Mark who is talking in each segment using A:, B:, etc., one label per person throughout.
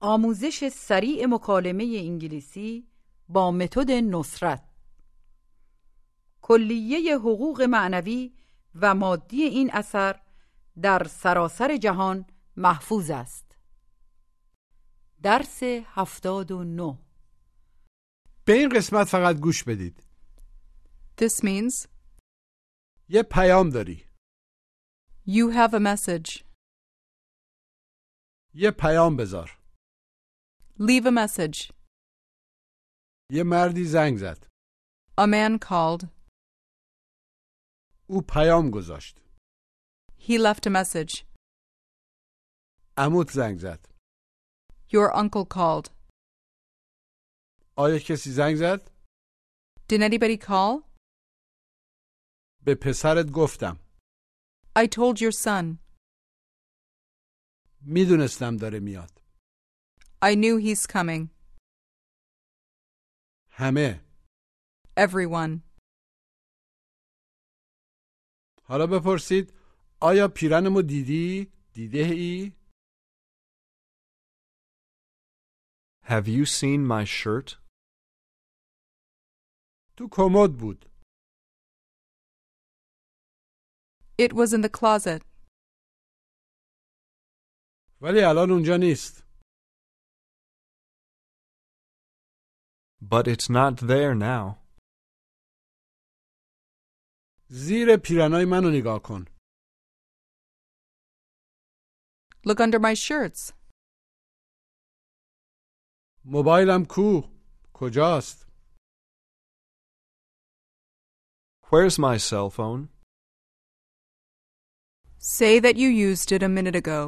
A: آموزش سریع مکالمه انگلیسی با متد نصرت کلیه حقوق معنوی و مادی این اثر در سراسر جهان محفوظ است درس هفتاد و نو
B: به این قسمت فقط گوش بدید
C: This means
B: یه پیام داری
C: you have a message.
B: یه پیام بذار
C: Leave a message.
B: یه مردی زنگ زد
C: A man called.
B: او پیام گذاشت
C: He left a message.
B: عمود زنگ زد
C: Your uncle called.
B: آیا کسی زنگ زد
C: Did anybody call?
B: به پسرت گفتم
C: I told your son.
B: میدونستم داره میاد
C: I knew he's coming.
B: همه
C: Everyone.
B: حالا بپرسید آیا پیرنمو دیدی دیده ای
D: Have you seen my shirt?
B: تو کمد بود
C: It was in the closet,
B: ولی الان اونجا نیست
D: But it's not there now.
B: زیر پیرنای منو نگاه کن
C: look under my shirts.
B: موبایلم کو کجاست
D: Where's my cell phone?
C: Say that you used it a minute ago.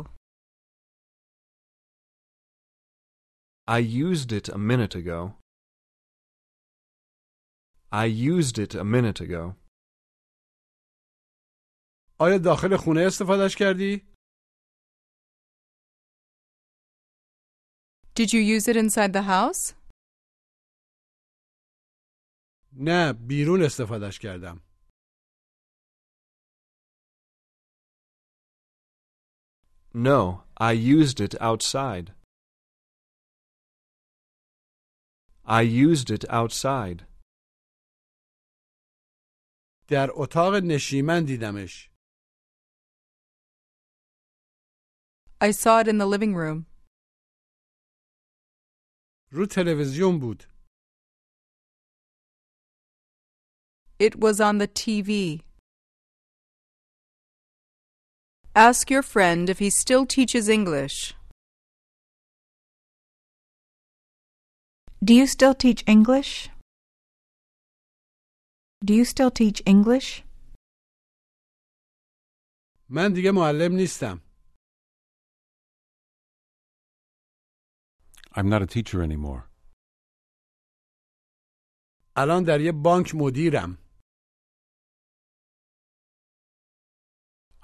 D: I used it a minute ago. I used it a minute ago.
B: آیا داخل خونه استفادهش کردی
C: Did you use it inside the house?
B: نه بیرون استفادهش کردم
D: No, I used it outside. I used it outside.
B: در اتاق نشیمن دیدمش
C: I saw it in the living room.
B: رو تلویزیون بود
C: It was on the TV. Ask your friend if he still teaches English.
E: Do you still teach English? Do you still teach English?
B: من دیگه معلم نیستم
F: I'm not a teacher anymore.
B: الان در یه بانک مدیرم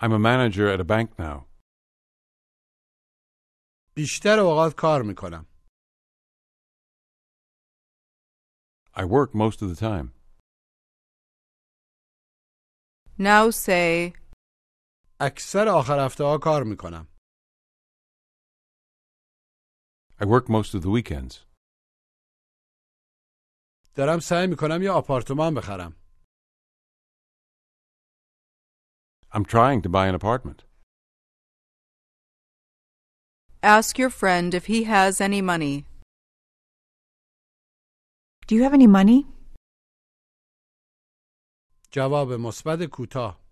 F: I'm a manager at a bank now.
B: بیشتر اوقات کار میکنم
F: I work most of the time.
C: Now say,
B: اکثر آخر هفته ها کار میکنم
F: I work most of the weekends.
B: دارم سعی میکنم یه آپارتمان بخرم
F: I'm trying to buy an apartment.
C: ask your friend if he has any money.
E: Do you have any money?
B: جواب مثبت کوتاه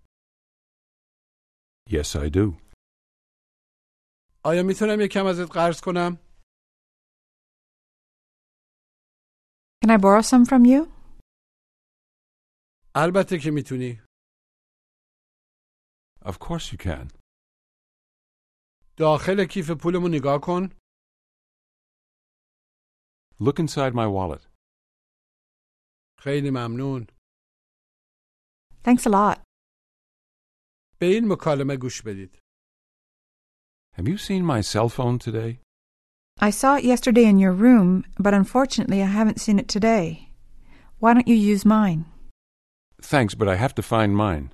F: Yes, I do.
B: آیا میتونم یه کم ازت قرض کنم
E: Can I borrow some from you?
B: البته که میتونی
F: Of course you can.
B: داخل کیف پولمو نگاه کن
F: Look inside my wallet.
B: خیلی ممنون
E: Thanks a lot.
B: به این مکالمه گوش بدید
F: Have you seen my cell phone today?
E: I saw it yesterday in your room, but unfortunately I haven't seen it today. Why don't you use mine?
F: Thanks, but I have to find mine.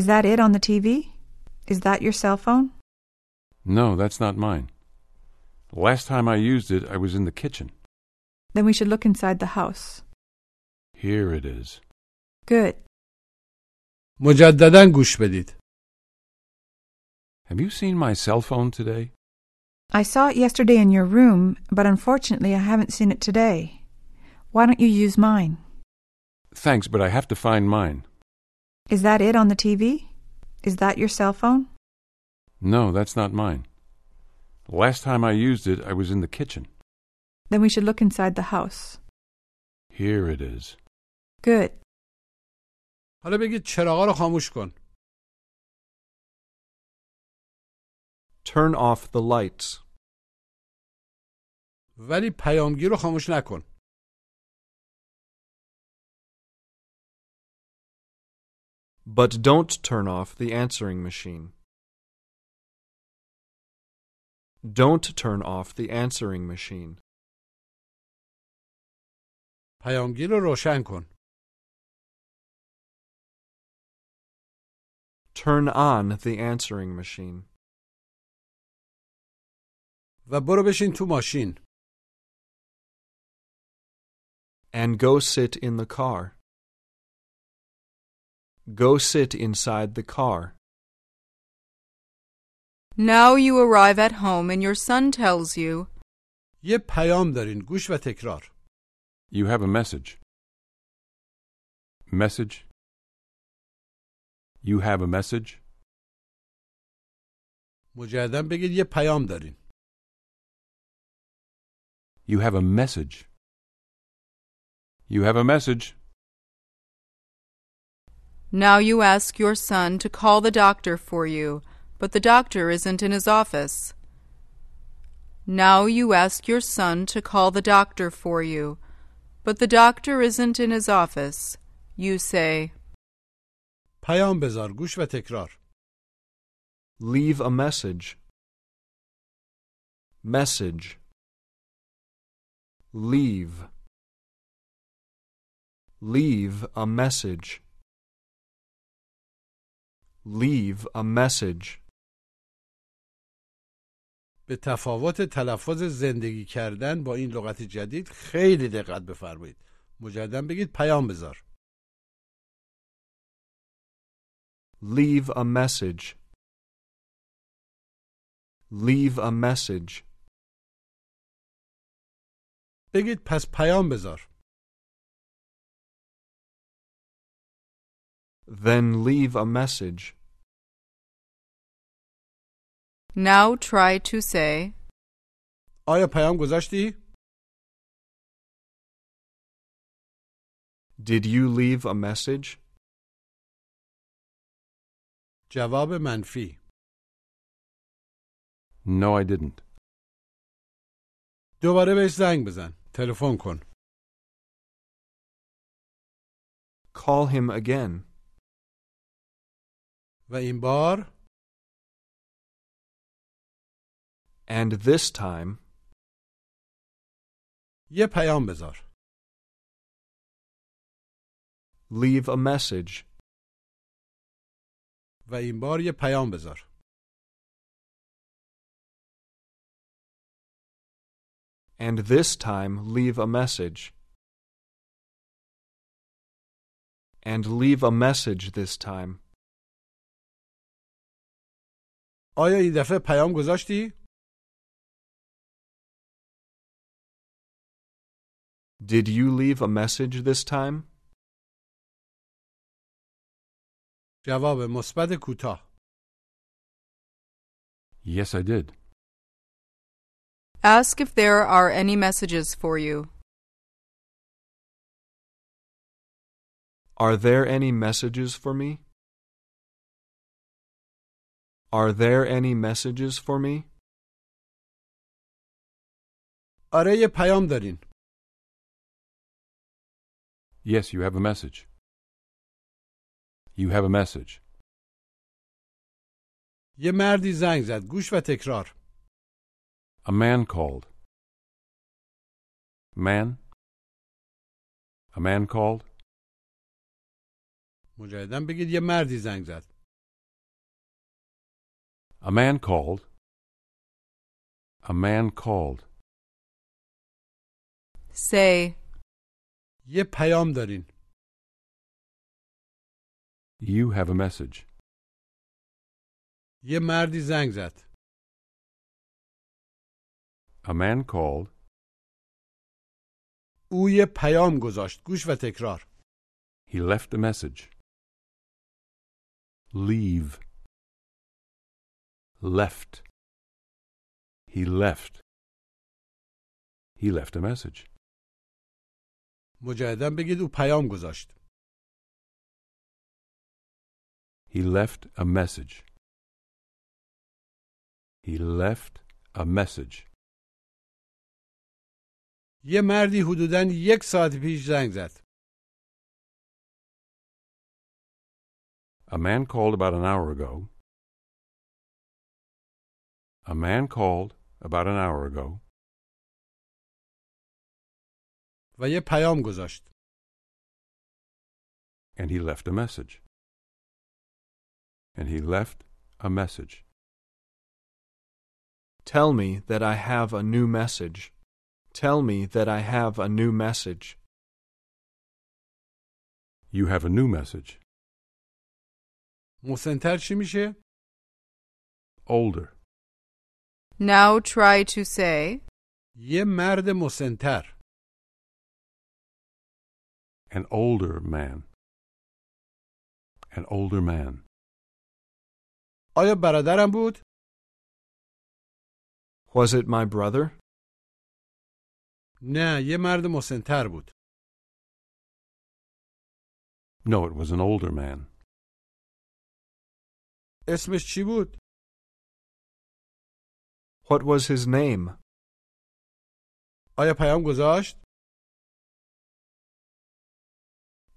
E: Is that it on the TV? Is that your cell phone?
F: No, that's not mine.
B: Last time I used it, I was in the kitchen.
E: Then we should look inside the house.
B: Here it is.
E: Good.
G: مجددا گوش بدید
B: Have you seen my cell phone today?
E: I saw it yesterday in your room, but unfortunately I haven't seen it today. Why don't you use mine?
B: Thanks, but I have to find mine.
E: Is that it on the TV? Is that your cell phone?
B: No, that's not mine. Last time I used it, I was in the kitchen.
E: Then we should look inside the house.
B: Here it is.
E: Good.
G: حالا بگید چراغا رو خاموش کن
D: Turn off the lights.
G: ولی پیامگیر رو خاموش نکن
D: But don't turn off the answering machine. Don't turn off the answering machine.
G: پیامگیر رو روشن کن
D: Turn on the answering machine.
G: و برو بشین تو ماشین
D: And go sit in the car. Go sit inside the car.
C: Now you arrive at home and your son tells you,
G: یه پیام دارین گوش و تکرار
B: You have a message. Message. You have a message.
G: مجددا بگید یه پیام دارین
B: You have a message. You have a message.
C: Now you ask your son to call the doctor for you, but the doctor isn't in his office. Now you ask your son to call the doctor for you, but the doctor isn't in his office. You say,
G: پیام بذار گوش و تکرار
D: Leave a message. Message. Leave. Leave a message. Leave a message.
G: به تفاوت تلفظ زندگی کردن با این لغت جدید خیلی دقت بفرمایید مجددا بگید پیام بذار
D: Leave a message. Leave a message.
G: بگید پس پیام بذار
D: Then leave a message.
C: Now try to say,
G: آیا پیام گذاشتی
D: Did you leave a message?
G: جواب منفی
B: No, I didn't.
G: دوباره بهش زنگ بزن تلفن کن
D: Call him again.
G: و این بار
D: And this time,
G: یه پیام بذار
D: leave a message.
G: و این بار یه پیام بذار
D: And this time leave a message. And leave a message this time.
G: آیا این دفعه پیام گذاشتی
D: Did you leave a message this time?
G: جواب مثبت کوتاه
B: Yes, I did.
C: Ask if there are any messages for you.
D: Are there any messages for me? Are there any messages for me?
G: آره یه پیام دارین
B: Yes, you have a message. You have a message.
G: یه مردی زنگ زد گوش و تکرار
B: A man called. Man? A man called?
G: مجددا بگید یه مردی زنگ زد
B: A man called. A man called.
C: Say,
G: یه پیام دارین
B: You have a message.
G: یه مردی زنگ زد
B: A man called.
G: او یه پیام گذاشت گوش و تکرار
B: He left a message. Leave. Left. He left. He left a message.
G: مجددا بگید او پیام گذاشت
B: He left a message. He left a message.
G: یه مردی حدوداً یک ساعت پیش زنگ زد
B: A man called about an hour ago. A man called about an hour ago
G: و یه پیام گذاشت
B: and he left a message. And he left a message.
D: Tell me that I have a new message. Tell me that I have a new message.
B: You have a new message.
G: محسنتر چی میشه؟
B: Older.
C: now try to say,
G: یه مرد مسنتر
B: An older man. An older man.
G: آیا برادرم بود؟
D: Was it my brother?
G: نه یه مرد مسنتر بود
B: No, it was an older man.
G: اسمش چی بود؟
D: What was his name?
G: آیا پیام گذاشت؟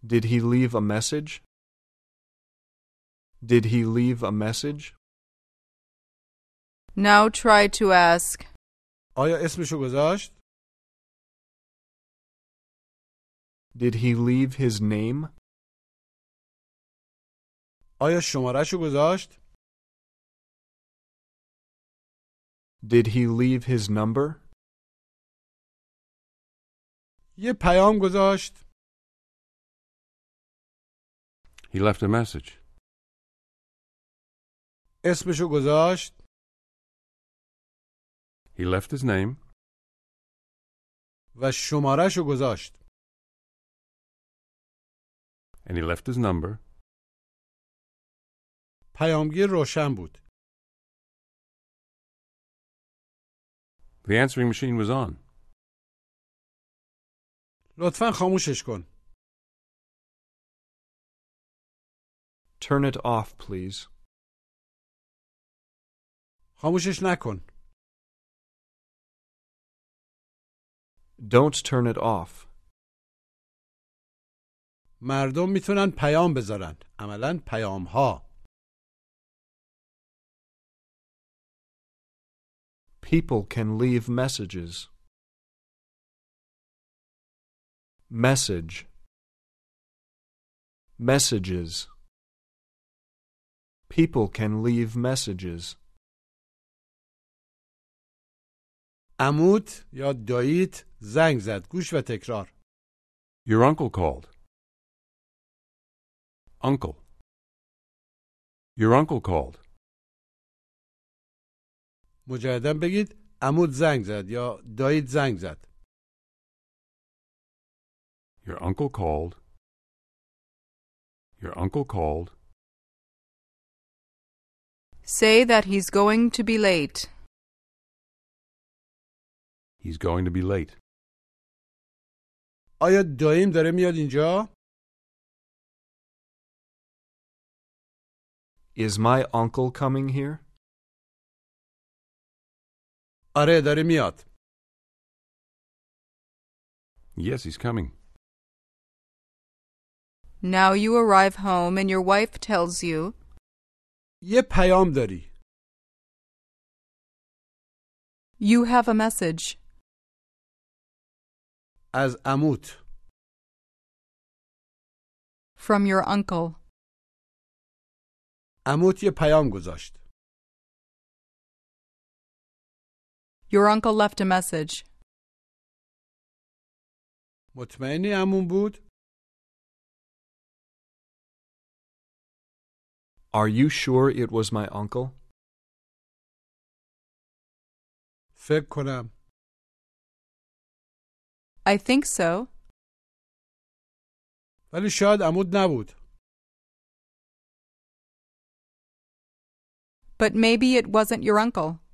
D: Did he leave a message? Did he leave a message?
C: now try to ask,
G: آیا اسمشو گذاشت؟
D: Did he leave his name?
G: آیا شمارهشو گذاشت؟
D: Did he leave his number?
G: یه پیام گذاشت
B: He left a message.
G: اسمشو گذاشت
B: He left his name
G: و شمارهشو گذاشت
B: and he left his number.
G: پیامگیر روشن بود
B: The answering machine was on.
G: لطفا خاموشش کن
D: Turn it off, please.
G: خاموشش نکن
D: Don't turn it off.
G: مردم میتونن پیام بذارن عملا پیام ها
D: People can leave messages. Message. Messages. People can leave messages.
G: عموت یا داییت زنگ زد گوش و تکرار
B: Your uncle called. Uncle. Your uncle called.
G: مجددا بگید عموت زنگ زد یا داییت زنگ زد
B: Your uncle called. Your uncle called.
C: say that he's going to be late.
B: He's going to be late.
G: آیا داییم داره میاد اینجا؟
D: Is my uncle coming here?
G: آره داره میاد
B: Yes, he's coming.
C: Now you arrive home and your wife tells you,
G: یه پیام داری
C: you have a message.
G: از عموت
C: from your uncle.
G: عموت یه پیام گذاشت
C: Your uncle left a message.
G: مطمئنی همون بود؟
D: Are you sure it was my uncle?
G: فکر کنم
C: I think so.
G: ولی شاید عمود نبود
C: But maybe it wasn't your uncle.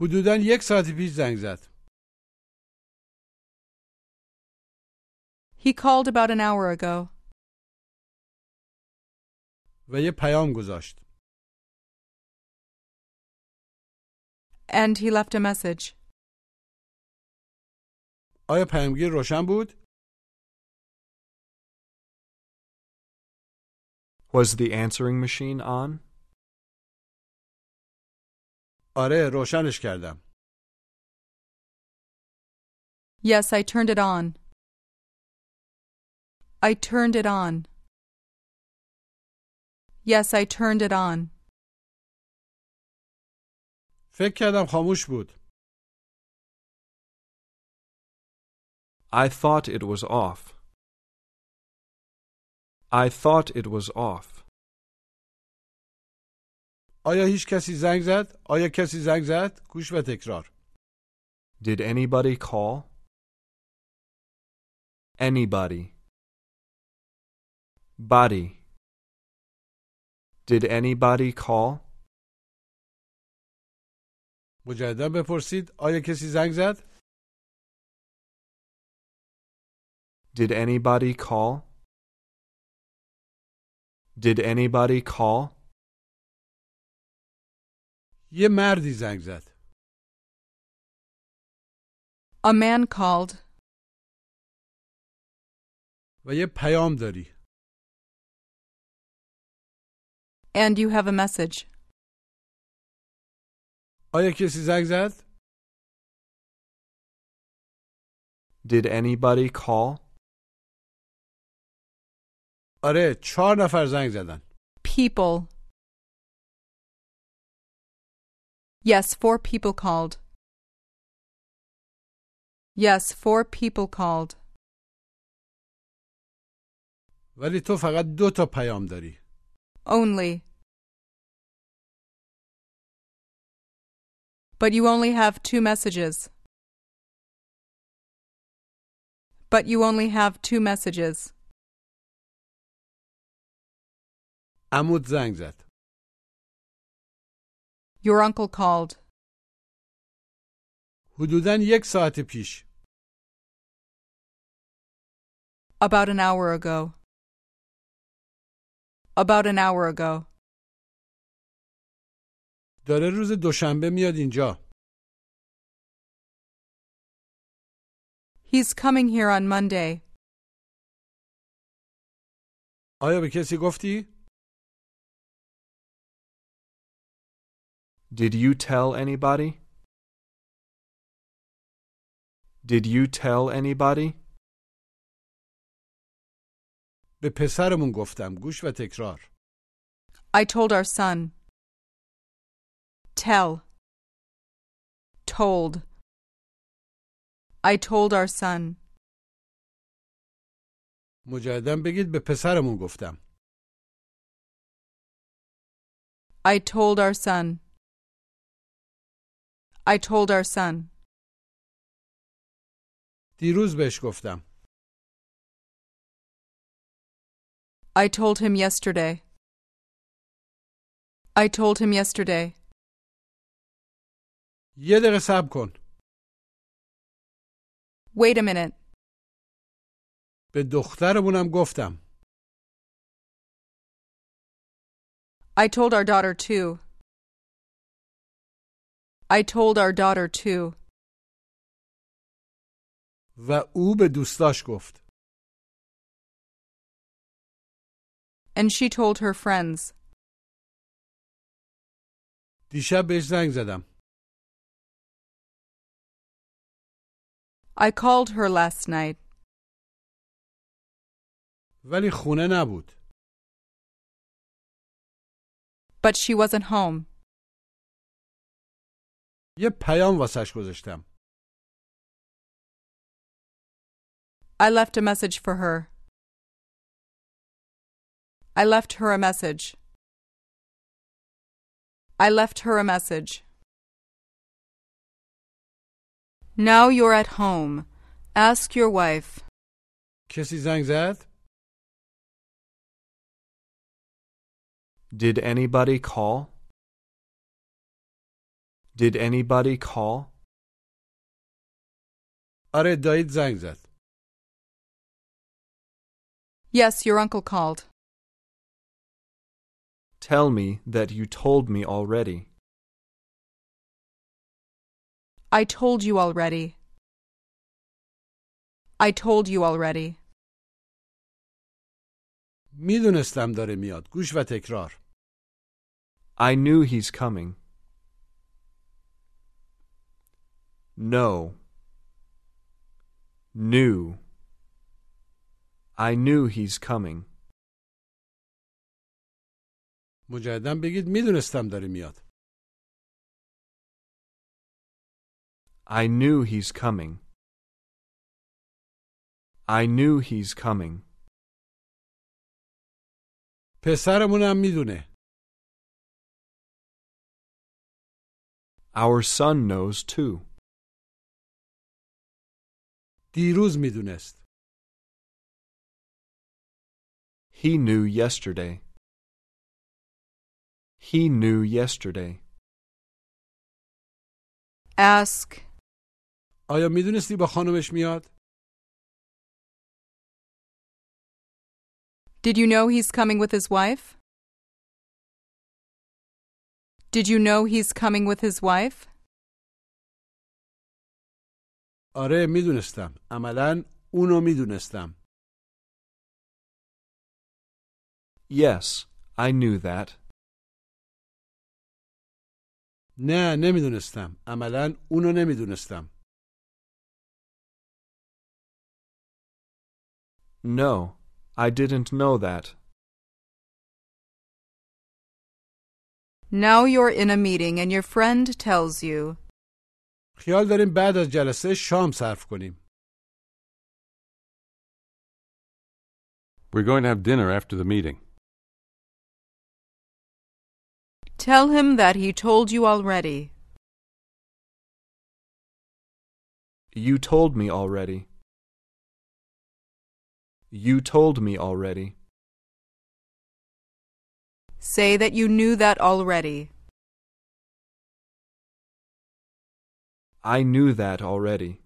G: حدودا یک ساعت پیش زنگ زد
C: He called about an hour ago.
G: و یه پیام گذاشت
C: And he left a message.
G: آیا پیامگیر روشن بود؟
D: Was the answering machine on?
G: آره روشنش کردم
C: Yes, I turned it on. I turned it on. Yes, I turned it on.
G: فکر کردم خاموش بود
D: I thought it was off. I thought it was off.
G: آیا هیچ کسی زنگ زد؟ آیا کسی زنگ زد؟ گوش و تکرار
D: Did anybody call? Anybody. Body. Did anybody call?
G: مجددا بپرسید آیا کسی زنگ زد؟
D: Did anybody call? Did anybody call?
G: یه مردی زنگ زد
C: A man called,
G: و یه پیام داری
C: and you have a message.
G: آیا کسی زنگ زد؟
D: Did anybody call?
G: آره چهار نفر زنگ زدن
C: People. Yes, four people called. Yes, four people called.
G: ولی تو فقط دو تا پیام داری
C: Only. But you only have two messages. But you only have two messages.
G: عمود زنگ زد
C: Your uncle called.
G: حدودا یک ساعت پیش
C: About an hour ago. About an hour ago.
G: داره روز دوشنبه میاد اینجا
C: He's coming here on Monday.
G: آیا به کسی گفتی؟
D: Did you tell anybody? Did you tell anybody?
G: به پسرمون گفتم گوش و تکرار
C: I told our son. Tell. Told. I told our son.
G: مجددا بگید به پسرمون گفتم
C: I told our son. I told our son.
G: دیروز بهش گفتم
C: I told him yesterday. I told him yesterday.
G: یه دقیقه صبر کن
C: Wait a minute.
G: به دخترمونم گفتم
C: I told our daughter too. I told our daughter too.
G: و او به دوستاش گفت
C: And she told her friends.
G: دیشب بهش زنگ زدم
C: I called her last night,
G: ولی خونه نبود
C: but she wasn't home.
G: یه پیام واسش گذاشتم
C: I left a message for her. I left her a message. I left her a message. Now you're at home. Ask your wife.
G: کسی زنگ زد؟
D: Did anybody call? Did anybody call?
G: آره دایید زنگ زد
C: Yes, your uncle called.
D: Tell me that you told me already.
C: I told you already. I told you already.
G: میدونستم داره میاد گوش و تکرار
D: I knew he's coming. No. Knew. I knew he's coming.
G: مجددا بگید میدونستم داره میاد
D: I knew he's coming. I knew he's coming.
G: پسرمونم میدونه
D: Our son knows too.
G: دیروز میدونست
D: He knew yesterday. He knew yesterday.
C: Ask.
G: آیا میدونستی با خانمش میاد؟
C: Did you know he's coming with his wife? Did you know he's coming with his wife?
G: آره میدونستم عملا اونو میدونستم
D: Yes, I knew that.
G: نه نمیدونستم عملا اونو نمیدونستم
D: No, I didn't know that.
C: Now you're in a meeting and your friend tells you.
G: خیال داریم بعد از جلسه شام صرف کنیم
B: We're going to have dinner after the meeting.
C: Tell him that he told you already.
D: You told me already. You told me already.
C: Say that you knew that already.
D: I knew that already.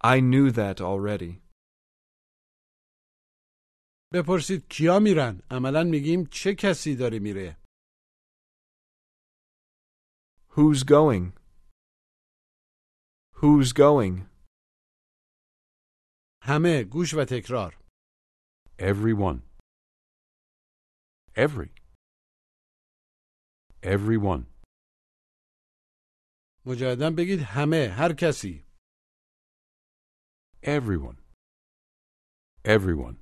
D: I knew that already.
G: بپرسید کیا میرن عملا میگیم چه کسی داره میره
D: Who's going? Who's going?
G: همه گوش و تکرار
B: Everyone. Every. Everyone.
G: مجددا بگید همه هر کسی
B: Everyone. Everyone.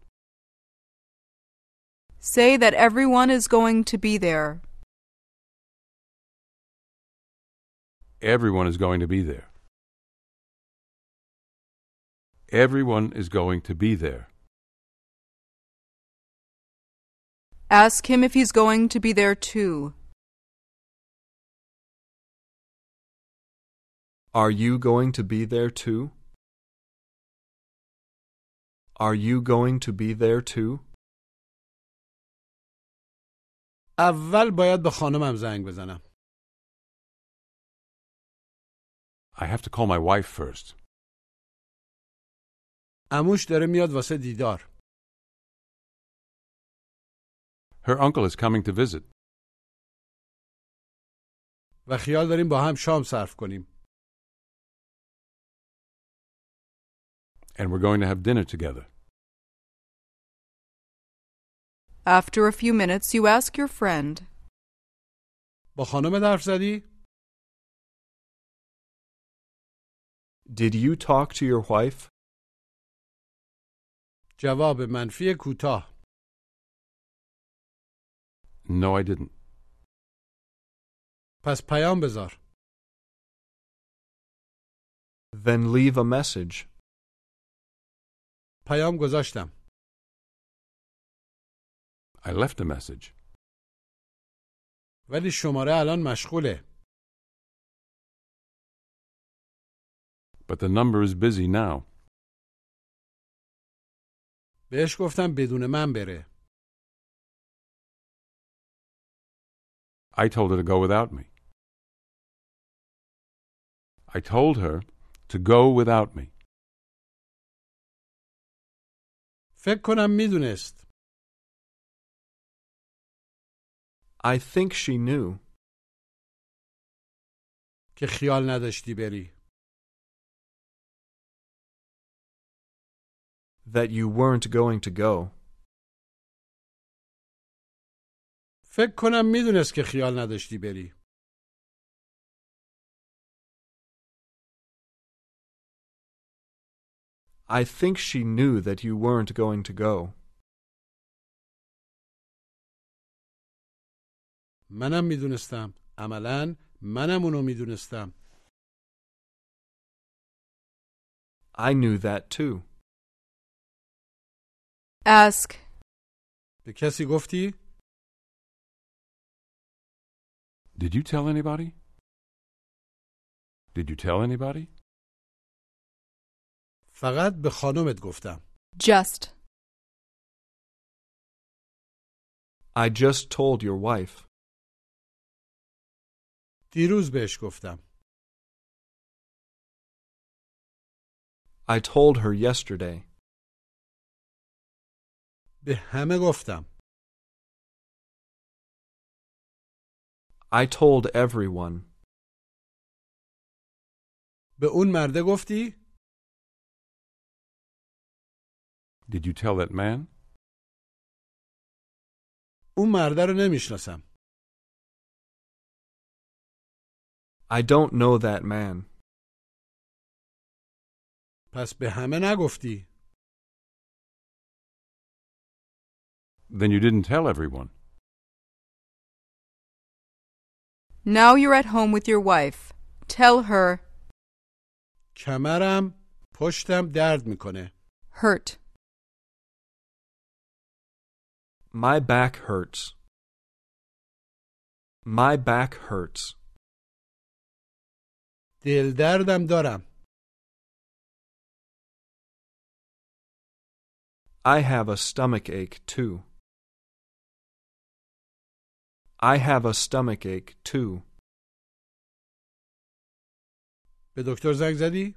C: Say that everyone is going to be there.
B: Everyone is going to be there. Everyone is going to be there.
C: Ask him if he's going to be there too.
D: Are you going to be there too? Are you going to be there too?
G: اول باید به خانمم زنگ بزنم
B: I have to call my wife first.
G: عموش داره میاد واسه دیدار
B: Her uncle is coming to visit.
G: و خیال داریم با هم شام صرف کنیم
B: and we're going to have dinner together.
C: After a few minutes, you ask your friend.
G: با خانم حرف زدی
D: Did you talk to your wife?
G: جواب منفی کوتاه
B: No, I didn't.
G: پس پیام بذار
D: Then leave a message.
G: پیام گذاشتم
B: I left a message.
G: ولی شماره الان مشغوله
B: But the number is busy now.
G: بهش گفتم بدون من بره
B: I told her to go without me. I told her to go without me.
G: فکر کنم میدونست
D: I think she knew
G: که خیال نداشتی بری
D: that you weren't going to go.
G: فکر کنم میدونست که خیال نداشتی بری
D: I think she knew that you weren't going to go.
G: منم میدونستم عملا منم اونو میدونستم
D: I knew that too.
C: Ask.
G: به کسی گفتی
B: Did you tell anybody? Did you tell anybody?
G: فقط به خانمت گفتم
C: Just.
D: I just told your wife.
G: دیروز بهش گفتم
D: I told her yesterday.
G: به همه گفتم
D: I told everyone.
G: به اون مرده گفتی
B: Did you tell that man?
G: اون مرده رو نمیشناسم
D: I don't know that man.
G: پس به همه نگفتی
B: Then you didn't tell everyone.
C: Now you're at home with your wife. Tell her.
G: کمرم پشتم درد میکنه
C: Hurt.
D: My back hurts. My back hurts.
G: دل دردم دارم
D: I have a stomach ache too. I have a stomach ache too.
G: به دکتر زنگ زدی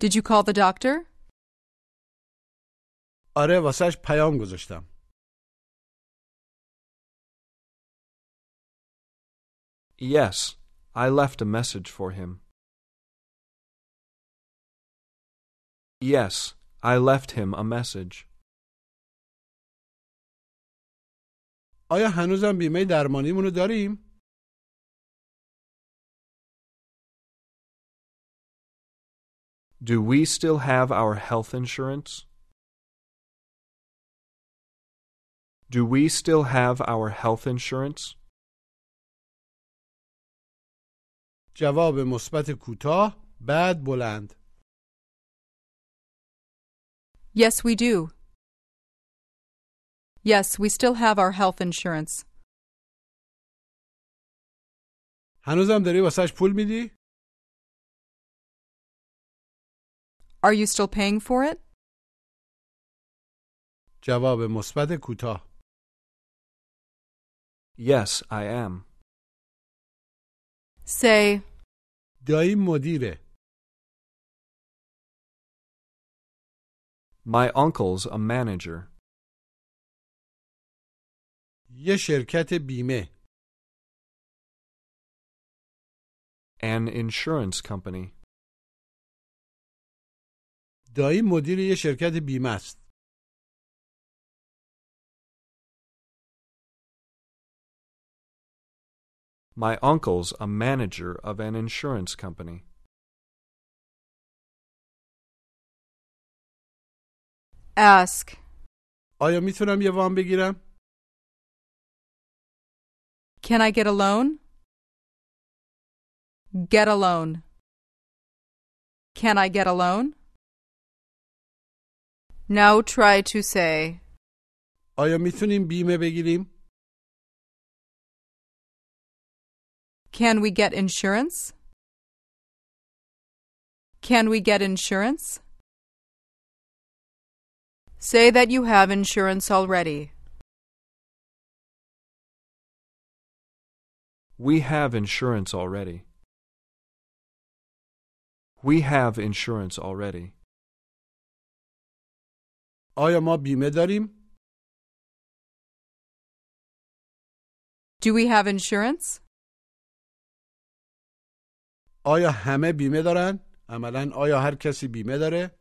C: Did you call the doctor?
G: آره واسش پیام گذاشتم
D: Yes, I left a message for him. Yes, I left him a message.
G: آیا هنوزم بیمه درمانیمونو داریم
D: Do we still have our health insurance? Do we still have our health insurance?
G: جواب مثبت کوتاه بعد بلند
C: Yes, we do. Yes, we still have our health insurance.
G: هنوزم داری واسش پول میدی
C: Are you still paying for it?
G: جواب مثبت کوتاه
D: Yes, I am.
C: Say,
G: دایی مدیره
D: My uncle's a manager.
G: یه شرکت بیمه
D: An insurance company.
G: دایی مدیر یه شرکت بیمه است
D: My uncle's a manager of an insurance company.
C: ask.
G: آیا میتونم یه وام بگیرم
C: Can I get a loan? Get a loan. Can I get a loan? Now try to say,
G: آیا میتونیم بیمه بگیریم؟
C: Can we get insurance? Can we get insurance? Say that you have insurance already.
D: We have insurance already. We have insurance already.
G: آیا ما بیمه داریم؟
C: Do we have insurance?
G: آیا همه بیمه دارن؟ عملا آیا هر کسی بیمه داره؟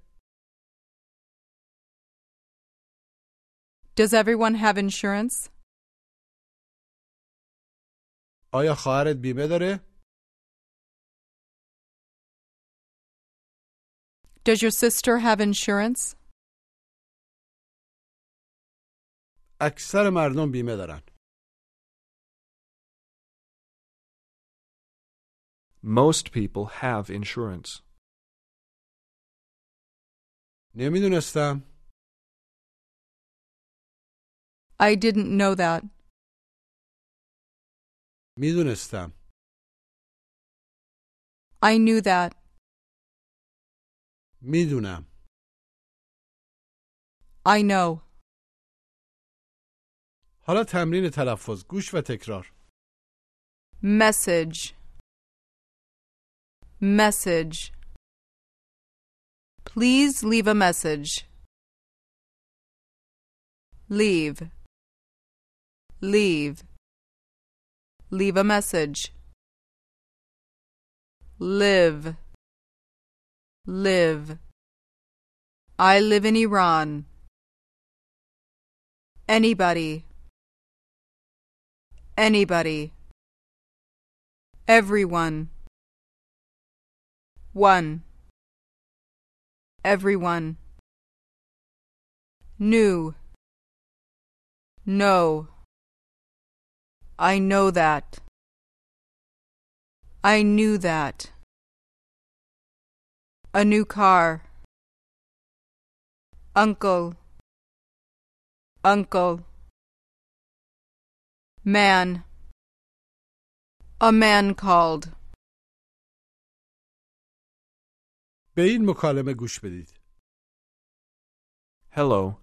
C: Does everyone have insurance?
G: آیا خواهرت بیمه داره؟
C: Does your sister have insurance?
G: اکثر مردم بیمه دارن.
D: Most people have insurance.
G: نمیدونستم.
C: I didn't know that.
G: میدونستم.
C: I knew that.
G: میدونم.
C: I know.
G: حالا تمرین تلفظ گوش و تکرار.
C: Message. Message. Please leave a message. Leave. Leave. Leave a message. Live. Live. I live in Iran. Anybody. Anybody. Everyone. One. Everyone. New. No. I know that. I knew that. A new car. Uncle. Uncle. Man. A man called.
G: به این مکالمه گوش بدید.
D: Hello.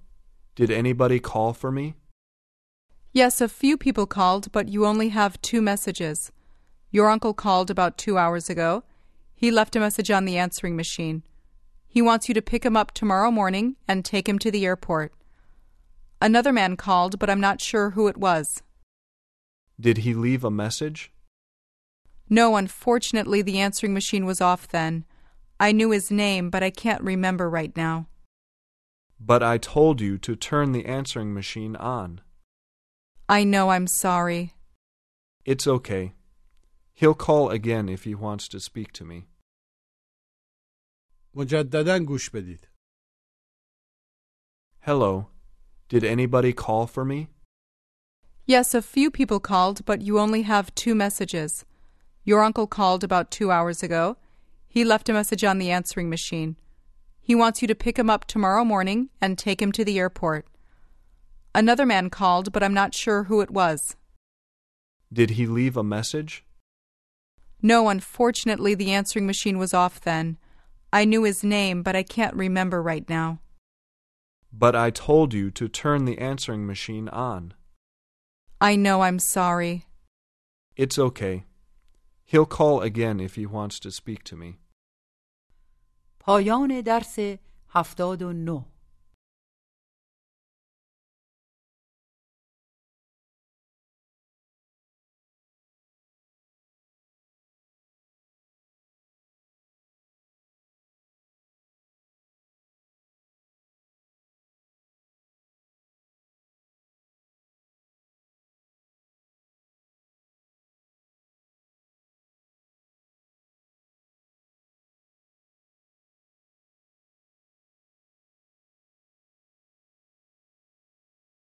D: Did anybody call for me?
C: Yes, a few people called, but you only have two messages. Your uncle called about two hours ago. He left a message on the answering machine. He wants you to pick him up tomorrow morning and take him to the airport. Another man called, but I'm not sure who it was.
D: Did he leave a message?
C: No, unfortunately, the answering machine was off then. I knew his name, but I can't remember right now.
D: But I told you to turn the answering machine on.
C: I know I'm sorry.
D: It's okay. He'll call again if he wants to speak to me.
G: مجددا گوش بدید.
D: Hello. Did anybody call for me?
C: Yes, a few people called, but you only have two messages. Your uncle called about two hours ago. He left a message on the answering machine. He wants you to pick him up tomorrow morning and take him to the airport. Another man called, but I'm not sure who it was.
D: Did he leave a message?
C: No, unfortunately, the answering machine was off then. I knew his name, but I can't remember right now.
D: But I told you to turn the answering machine on.
C: I know I'm sorry.
D: It's okay. He'll call again if he wants to speak to me.
A: پایان درس هفتاد و نه